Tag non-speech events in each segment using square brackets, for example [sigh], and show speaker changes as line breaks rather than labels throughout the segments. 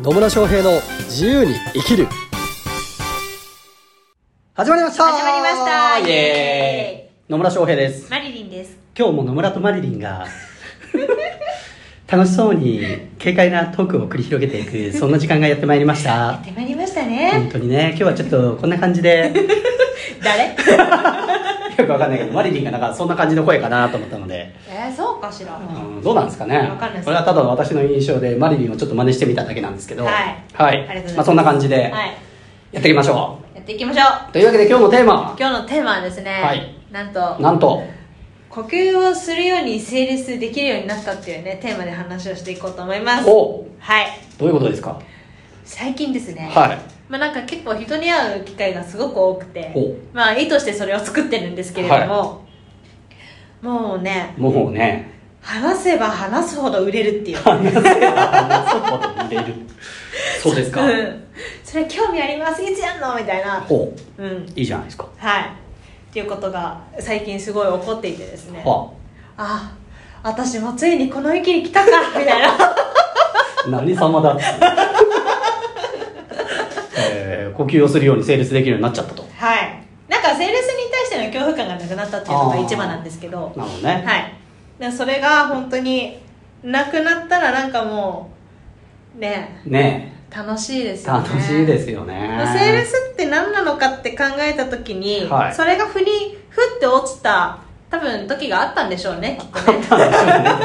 野村翔平の自由に生きる始まりました
始まりました
イエーイ
イエ
野村翔平です
ーイマリリンです
今日も野村とマリリンが楽しそうに軽快なトークを繰り広げて [laughs] いくそんな時間がやってまいりまし
や
た
ってまいりました
本
ね
当にね今日はちょっとこんな感じで
誰
よくわかんないけどマリリンがなんかそんな感じの声かなと思ったので、
えー、そうかしらは
うんどうなんですかね
わかんないです
これはただ私の印象でマリリンをちょっと真似してみただけなんですけど
はい
はい
ありがとうございます
まあ、そんな感じ
い
でやっていきましょう、
やっていきましょう
というわけで今日のテーマ
今日のテーマはですね、
はい
なんと
なんと
呼吸をするように整列できるようになったっていうねテーマで話をしていこうと思います
お
はい
どういうことですか
最近ですね
はい
まあなんか結構人に会う機会がすごく多くて
お
まあ意図してそれを作ってるんですけれども、もうね
もうね
[laughs]
[laughs]
話せば話すほど売れるっていう
話せば話すほど売れるそうですか、
うん、それ興味ありますいつやんのみたいな
お
うん
いいじゃないですか
はいっていうことが最近すごい起こっていてですね
は
あ私もついにこの域に来たかみたいな
あ何様だっつって [laughs] えー呼吸をするように整列できるようになっちゃったと
はいなんかセールスに対しての恐怖感がなくなったっていうのが一番なんですけど
なるほど
はい
ね、
だからそれが本当になくなったらなんかもうね
ね
楽しいです
え
よね
楽しいですすよね
セールスって何なのかって考えた時に、
はい
それがふにふって落ちた多分時があったんでしょうねきっと
[laughs]
ね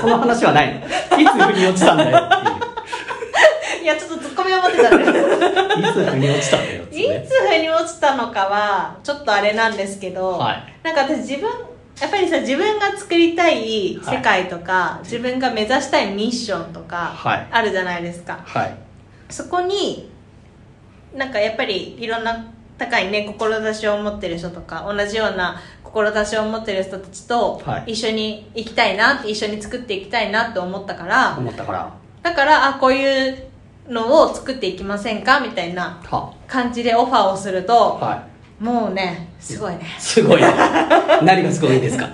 その話はないのいつ腑に落ちたんだよっ
いやちょっとツッコミを持ってたんです
ていういつ腑に落ちたんだよっつっ
い
てね
つ腑に落ちたのかはちょっとあれなんですけど、
はい
なんか私自分やっぱりさ自分が作りたい世界とか、自分が目指したいミッションとか
はい
あるじゃないですか、
はい
そこになんかやっぱりいろんな高いね志を持ってる人とか同じような志を持ってる人たちと
はい
一緒に行きたいな、一緒に作っていきたいなと思ったから、
思ったからは
だからあこういうのを作っていきませんかみたいな感じでオファーをすると、
は
もうねすごいね
いすごいね何がすごいですか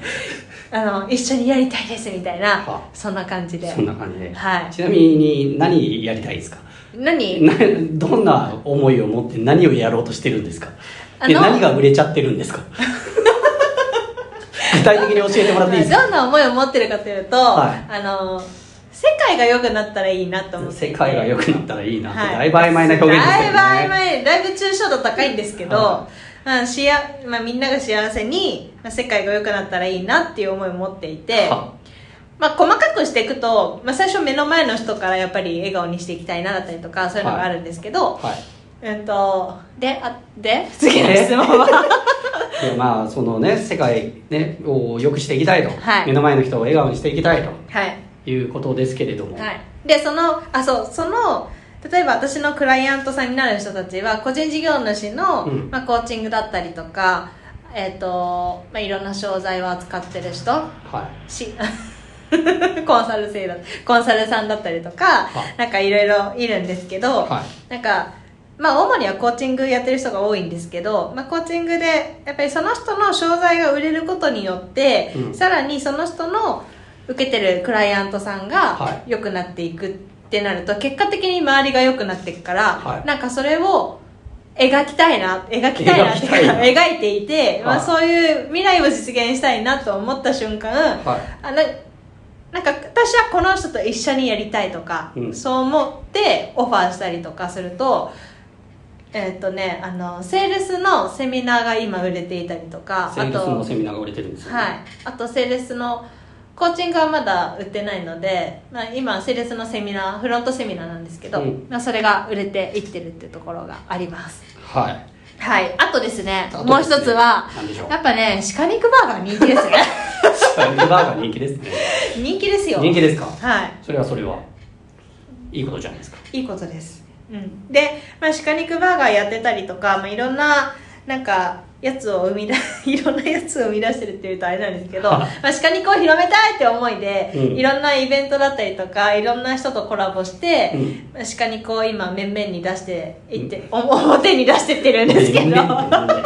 あの一緒にやりたいですみたいな
は
そんな感じで
そんな感じで、
はい
ちなみに何やりたいですか
何
な [laughs] どんな思いを持って何をやろうとしてるんですか
あの
で何が売れちゃってるん
[laughs]
ですか具体的に教えてもらっていいですか
どんな思いを持ってるかというと、
はい
あの世界が良くなったらいいなと思って
世
いて
界が良くなったらいいなって、
はい
だいぶ曖昧な表現ですよね
だいぶ曖昧だいぶ抽象度高いんですけど、
は
まあしあまあ、みんなが幸せに、まあ、世界が良くなったらいいなっていう思いを持っていて、
は
まあ、細かくしていくと、まあ、最初目の前の人からやっぱり笑顔にしていきたいなだったりとかそういうのがあるんですけど、
はい
うんとであで次の質問は
[laughs] でまあそのね世界、ね、を良くしていきたいと、
はい
目の前の人を笑顔にしていきたい
はい
ということですけれども、
はい、でそのあそうその例えば私のクライアントさんになる人たちは個人事業主の、
うん
まあ、コーチングだったりとか、えっとまあ、いろんな商材を扱ってる人
はい
し [laughs] コンサル生だコンサルさんだったりとか
は
なんかいろいろいるんですけど、
は
なんか、まあ、主にはコーチングやってる人が多いんですけど、まあ、コーチングでやっぱりその人の商材が売れることによって、
うん
さらにその人の受けてるクライアントさ
は
んが良くなっていくってなると、結果的に周りが良くなっていくから、
はい
なんかそれを描きたいな描きたいなっていうか
描
描いていて、ま
は
あ、
い
そういう未来を実現したいなと思った瞬間、
はい
あななんか私はこの人と一緒にやりたいとか、
うん
そう思ってオファーしたりとかするとえーっとねあのセールスのセミナーが今売れていたりとか
セールスの
あ
セミナーが売れてるんです
と、
よ、
はい、あとセールスのコーチングはまだ売ってないので、まあ、今セールスのセミナーフロントセミナーなんですけど、
うん
まあ、それが売れていってるっていうところがあります
はい
はいあとですね
あとですね
もう一つは
何でしょう [laughs]
やっぱね鹿肉バーガー人気ですね
はいバーガー人気ですね
人気ですよ
人気ですか
はい
それはそれはいいことじゃないですか
いいことです、うん、で、まあ、鹿肉バーガーやってたりとか、まあ、いろんななんかやつを生み出 [laughs] いろんなやつを生み出してるっていうとあれなんですけど、
は
ま
い
あ、鹿肉を広めたいって思いで、
うん
いろんなイベントだったりとかいろんな人とコラボして、
うん
まあ鹿肉を今面々に出していって、お表に出してってるんですけど
年々ってなんだよ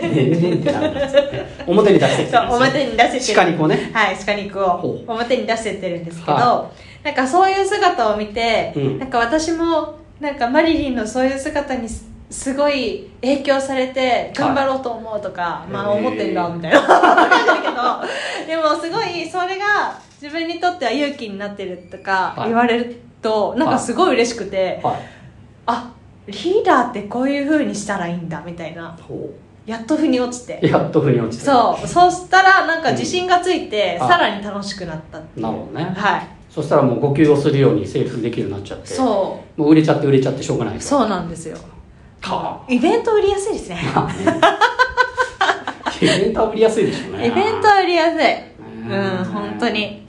年々ってなんだよ表に出してきて
そう表に出してってる
鹿肉をね
はい鹿肉
ほ
を表に出してってるんですけど、
は
なんかそういう姿を見て、
うん
なんか私もなんかマリリンのそういう姿にすすごい影響されて頑張ろうと思うとか、まあ
へー
思ってんだみたいなわかんないけどでもすごいそれが自分にとっては勇気になってるとか
はい
言われるとなんかすごい嬉しくて、
はい
あリーダーってこういう風にしたらいいんだみたいな
ほ
やっと腑に落ちて
うやっと腑に落ちて
そうそうしたらなんか自信がついて、
うん
さらに楽しくなったっていう
なるほどね
はい
そしたらもう呼吸をするようにセールスできるようになっちゃって
そ
もう売れちゃって売れちゃってしょうがないう
そううなんですよ
か
イベント売りやすいですね
まあねイベントは売りやすいでしょ [laughs] うね
イベントは売りやすいうん
ね
本当に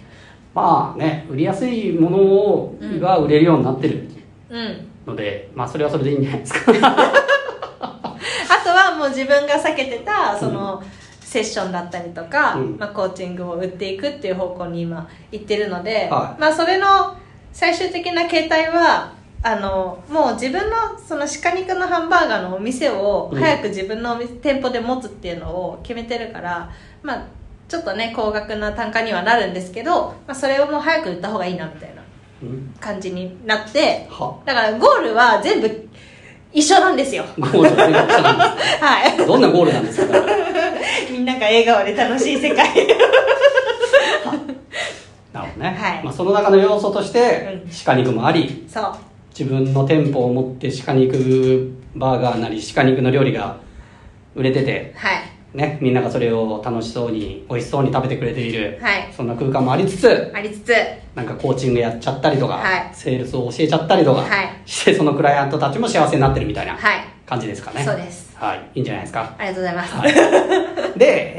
まあね売りやすいものを
うん
が売れるようになってる
うん
ので、まあそれはそれでいいんじゃないですか
[laughs] あとはもう自分が避けてたその、セッションだったりとか、
うん
まあ、コーチングを売っていくっていう方向に今行ってるので、
は
まあそれの最終的な形態はあのもう自分のその鹿肉のハンバーガーのお店を
うん
早く自分のお店店舗で持つっていうのを決めてるから、まあちょっとね高額な単価にはなるんですけど、まあ、それをもう早く売った方がいいなみたいな
うん
感じになって
は
だからゴールは全部一緒なんですよ
ゴールは全部一緒
[laughs]
なんで
はい
すどんなゴールなんですか
[laughs] みんなが笑顔で楽しい世
な
界
るほどね、
はい
まあ、その中の要素として
うん
鹿肉もあり
[laughs] そう
自分の店舗を持って鹿肉バーガーなり鹿肉の料理が売れてて、
はい
ね、みんながそれを楽しそうに美味しそうに食べてくれている、
はい
そんな空間もありつつ
ありつつ
なんかコーチングやっちゃったりとか、
はい
セールスを教えちゃったりとか、
はい
してそのクライアントたちも幸せになってるみたいな
はい
感じですかね、
そうです
はい、いいんじゃないですか
ありがとうございます、
はい、で、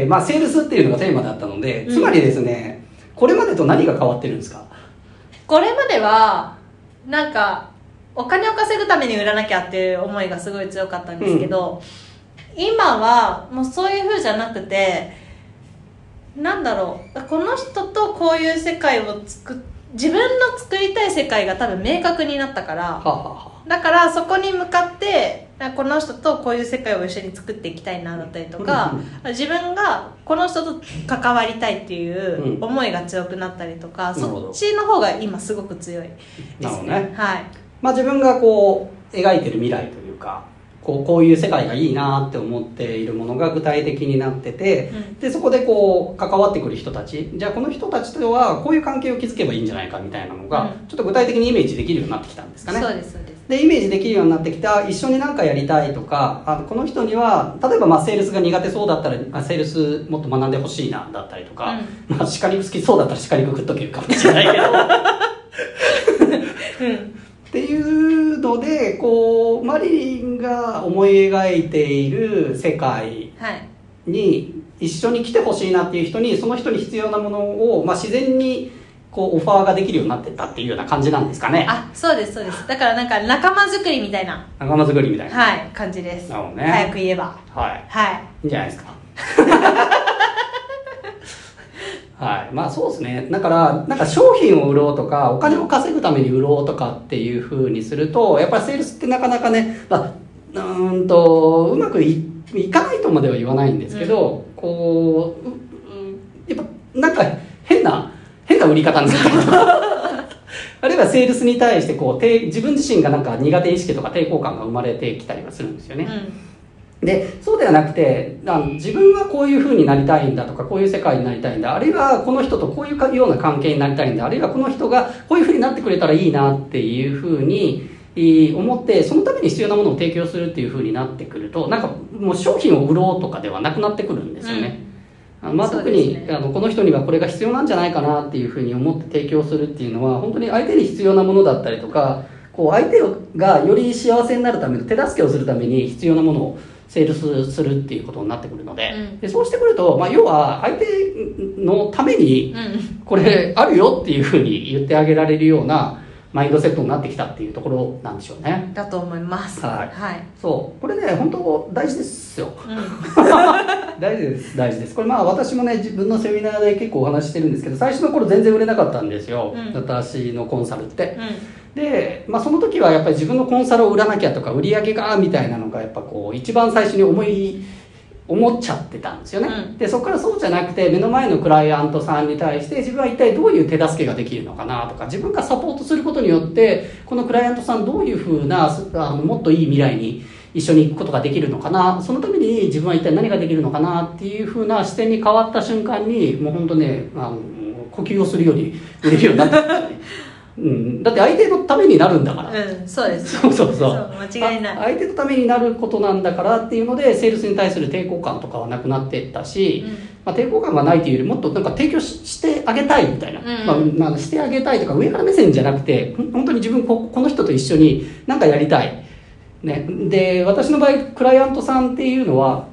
えーまあ、セールスっていうのがテーマだったので、
うん
つまりですねこれまでと何が変わってるんですか
これまではなんかお金を稼ぐために売らなきゃっていう思いがすごい強かったんですけど、今はもうそういう風じゃなくてなんだろうこの人とこういう世界を作っ自分の作りたい世界が多分明確になったから、
はあはあは
だからそこに向かってなんかこの人とこういう世界を一緒に作っていきたいなだったりとか
うん、
自分がこの人と関わりたいっていう
うん
思いが強くなったりとか、
なるほ
そ
ど
っちの方が今すごく強いで
なる
す
ほど
ね
ね、
はい
まあ、自分がこう描いてる未来というかこうこういう世界がいいなって思っているものが具体的になってて、
うん
でそこでこう関わってくる人たちじゃあこの人たちとはこういう関係を築けばいいんじゃないかみたいなのが、
うん
ちょっと具体的にイメージできるようになってきたんですかね
そうですそうです
でイメージできるようになってきた一緒に何かやりたいとかあのこの人には例えばまあセールスが苦手そうだったらあセールスもっと学んでほしいなだったりとか、まあ、鹿肉好きそうだったら鹿肉食っとけるかもしれない
[laughs]
けどっ
うん
ていうのでこうマリリンが思い描いている世界
はい
に一緒に来てほしいなっていう人にその人に必要なものを、まあ、自然にこうオファーができるようになってったっていうような感じなんですかね
あそうですそうですだからなんか仲間作りみたいな
仲間作りみたいな、
はい感じです
なるほどね
早く言えば
はい
はい
いいんじゃないですかはいまあそうですねだからなんか商品を売ろうとかお金を稼ぐために売ろうとかっていうふうにするとやっぱりセールスってなかなかね、まあ、うーんとうまくいいかないとまでは言わないんですけど、こうううんやっぱなんか変な変な売り方になる [laughs] あるいはセールスに対してこうて自分自身がなんか苦手意識とか抵抗感が生まれてきたりはするんですよね。
うん
でそうではなくてあの自分はこういう風になりたいんだとかこういう世界になりたいんだあるいはこの人とこういうかような関係になりたいんだあるいはこの人がこういう風になってくれたらいいなっていう風にえー思ってそのために必要なものを提供するっていう風になってくるとなんかもう商品を売ろうとかではなくなってくるんですよね。あのまあ、
そう
特
です
に、
ね
あのこの人にはこれが必要なんじゃないかなっていうふうに思って提供するっていうのは本当に相手に必要なものだったりとかこう相手がより幸せになるための手助けをするために必要なものをセールスするっていうことになってくるので,、
うん
でそうしてくると、まあ、要は相手のために
うん
これあるよっていうふうに言ってあげられるようなマインドセットになってきたっていうところなんでしょうね。
だと思います
はい
はい
そうこれね本当大事ですよ
うん
大事です大事ですこれまあ私もね自分のセミナーで結構お話ししてるんですけど最初の頃全然売れなかったんですよ、
うん
私のコンサルって
うん
で、まあ、その時はやっぱり自分のコンサルを売らなきゃとか売り上げがみたいなのがやっぱこう一番最初に思い思っちゃってたんですよね、
うん
でそこからそうじゃなくて目の前のクライアントさんに対して自分は一体どういう手助けができるのかなとか自分がサポートすることによってこのクライアントさんどういうふうなすあのもっといい未来に一緒に行くことができるのかなそのために自分は一体何ができるのかなっていうふうな視点に変わった瞬間にもう本当ねあの呼吸をするように売れるようになったんですよね、うん、だって相手のためになるんだから、
うんそうです
そうそうそう
間違いない
あ相手のためになることなんだからっていうのでセールスに対する抵抗感とかはなくなっていったし、
うん
まあ、抵抗感がないというよりもっとなんか提供ししてあげたいみたいな、
うんうん
まあ、まあしてあげたいとか上から目線じゃなくてほん本当に自分ここの人と一緒に何かやりたい、ね、で私の場合クライアントさんっていうのは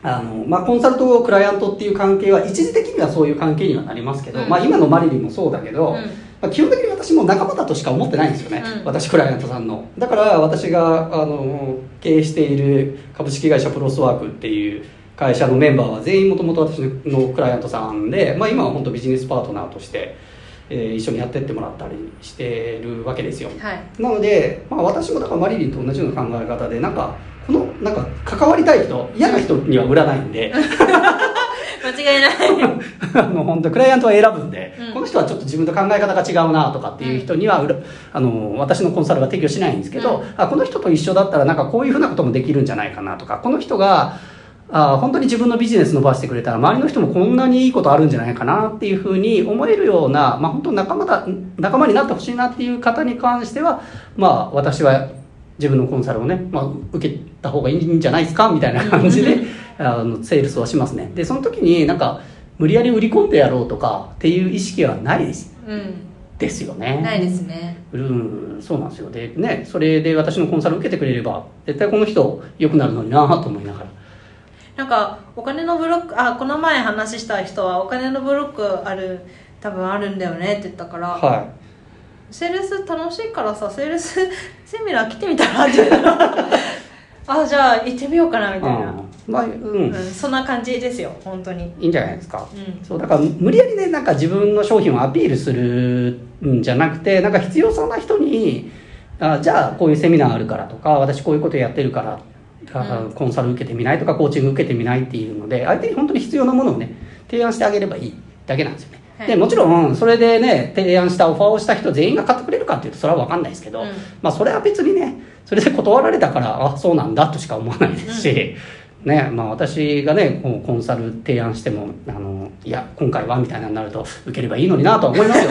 あのまあ、コンサルトクライアントっていう関係は一時的にはそういう関係にはなりますけど、
うん
まあ、今のマリリンもそうだけど、
うん
まあ、基本的に私も仲間だとしか思ってないんですよね、
うん
私クライアントさんのだから私があの経営している株式会社プロスワークっていう会社のメンバーは全員もともと私のクライアントさんで、まあ、今は本当ビジネスパートナーとして、えー一緒にやってってもらったりしてるわけですよ
はい
なので、まあ、私もだからマリリンと同じような考え方でなんかこのなんか関わりたい人嫌な人には売らないんで
[laughs] 間違いない
[laughs] あの本当クライアントは選ぶんで、
うん
この人はちょっと自分と考え方が違うなとかっていう人には、うらあの私のコンサルは提供しないんですけど、
うん
あこの人と一緒だったらなんかこういうふうなこともできるんじゃないかなとかこの人があ本当に自分のビジネス伸ばしてくれたら周りの人もこんなにいいことあるんじゃないかなっていうふうに思えるような、まあ、本当仲間だ仲間になってほしいなっていう方に関しては、まあ、私は自分のコンサルをね、まあ、受けた方がいいんじゃないですかみたいな感じで、あのセールスはしますねでその時になんか無理やり売り込んでやろうとかっていう意識はないです
うん
ですよね
ないですね
うんそうなんですよでねそれで私のコンサル受けてくれれば絶対この人良くなるのになと思いながら
なんかお金のブロックあこの前話した人はお金のブロックある多分あるんだよねって言ったから、
は
セールス楽しいからさセールス [laughs] セミナー来てみたらって言ったら [laughs] あじゃあ行ってみようかないみたいな、
うんまあう
うん
ん
そんな感じですよ本当に
いいんじゃないですか
うん
そうだから無理やりねなんか自分の商品をアピールするんじゃなくてなんか必要そうな人にあじゃあこういうセミナーあるからとか私こういうことやってるからあ
うん
コンサル受けてみないとかコーチング受けてみないっていうので相手に本当に必要なものをね提案してあげればいいだけなんですよね、
はい
でもちろんそれでね提案したオファーをした人全員が買ってくれるかっていうとそれは分かんないですけど、
うん
まあそれは別にねそれで断られたからあそうなんだとしか思わないですし、ねまあ、私がねこうコンサル提案してもあのいや今回はみたいなになると受ければいいのになとは思いますよ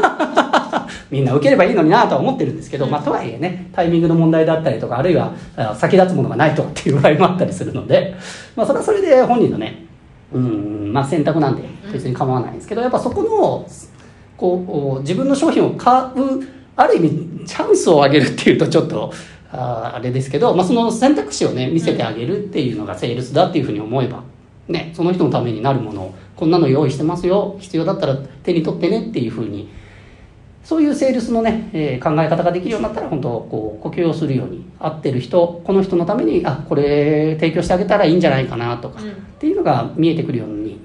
[laughs] みんな受ければいいのになとは思ってるんですけど、まあ、とはいえねタイミングの問題だったりとかあるいはあ先立つものがないとかっていう場合もあったりするので、 [laughs] まあ、それはそれで本人のねうんまあ選択なんで別に構わないんですけど、やっぱそこのこう自分の商品を買うある意味チャンスをあげるっていうとちょっとあーあれですけど、まあ、その選択肢をね見せてあげるっていうのがセールスだっていうふうに思えば、ね、その人のためになるものをこんなの用意してますよ必要だったら手に取ってねっていうふうにそういうセールスのね、えー考え方ができるようになったら本当こう呼吸をするように合ってる人この人のためにあこれ提供してあげたらいいんじゃないかなとか、
うん
っていうのが見えてくるように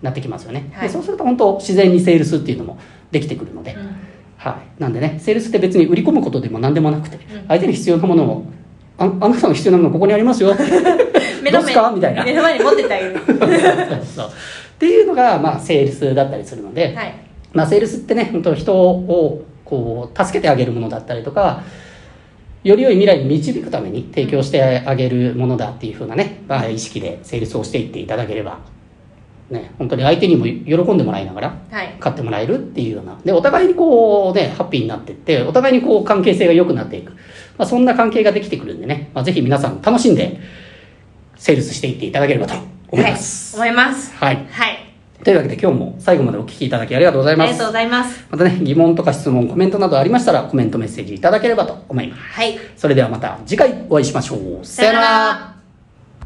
なってきますよね、
はい
でそうすると本当自然にセールスっていうのもできてくるので、
うん
はい、なんでねセールスって別に売り込むことでも何でもなくて、
ん
相手に必要なものをああなたの必要なものここにあります
[laughs]
よ
目
ど
の
うす
前
かみたいな
目の前に持ってっ
[laughs]
てあげる
そうっていうのが、まあ、セールスだったりするので、
はい
まあ、セールスってね本当人をこう助けてあげるものだったりとかより良い未来に導くために提供してあげるものだっていう風なね、まあ、意識でセールスをしていっていただければ、ね、本当に相手にも喜んでもらいながら
はい
買ってもらえるっていうようなでお互いにこうねハッピーになっていってお互いにこう関係性が良くなっていく、まあ、そんな関係ができてくるんでね、まあ、ぜひ皆さん楽しんでセールスしていっていただければと思います。
はい、思います
はい、
はい
というわけで今日も最後までお聞きいただきありがとうござ
あ
い
り
ま
が
す
とう。ございます
またね、疑問とか質問、コメントなどありましたら、コメントメッセージいただければと思います。
はい
それではまた次回お会いしましょう。
さよなら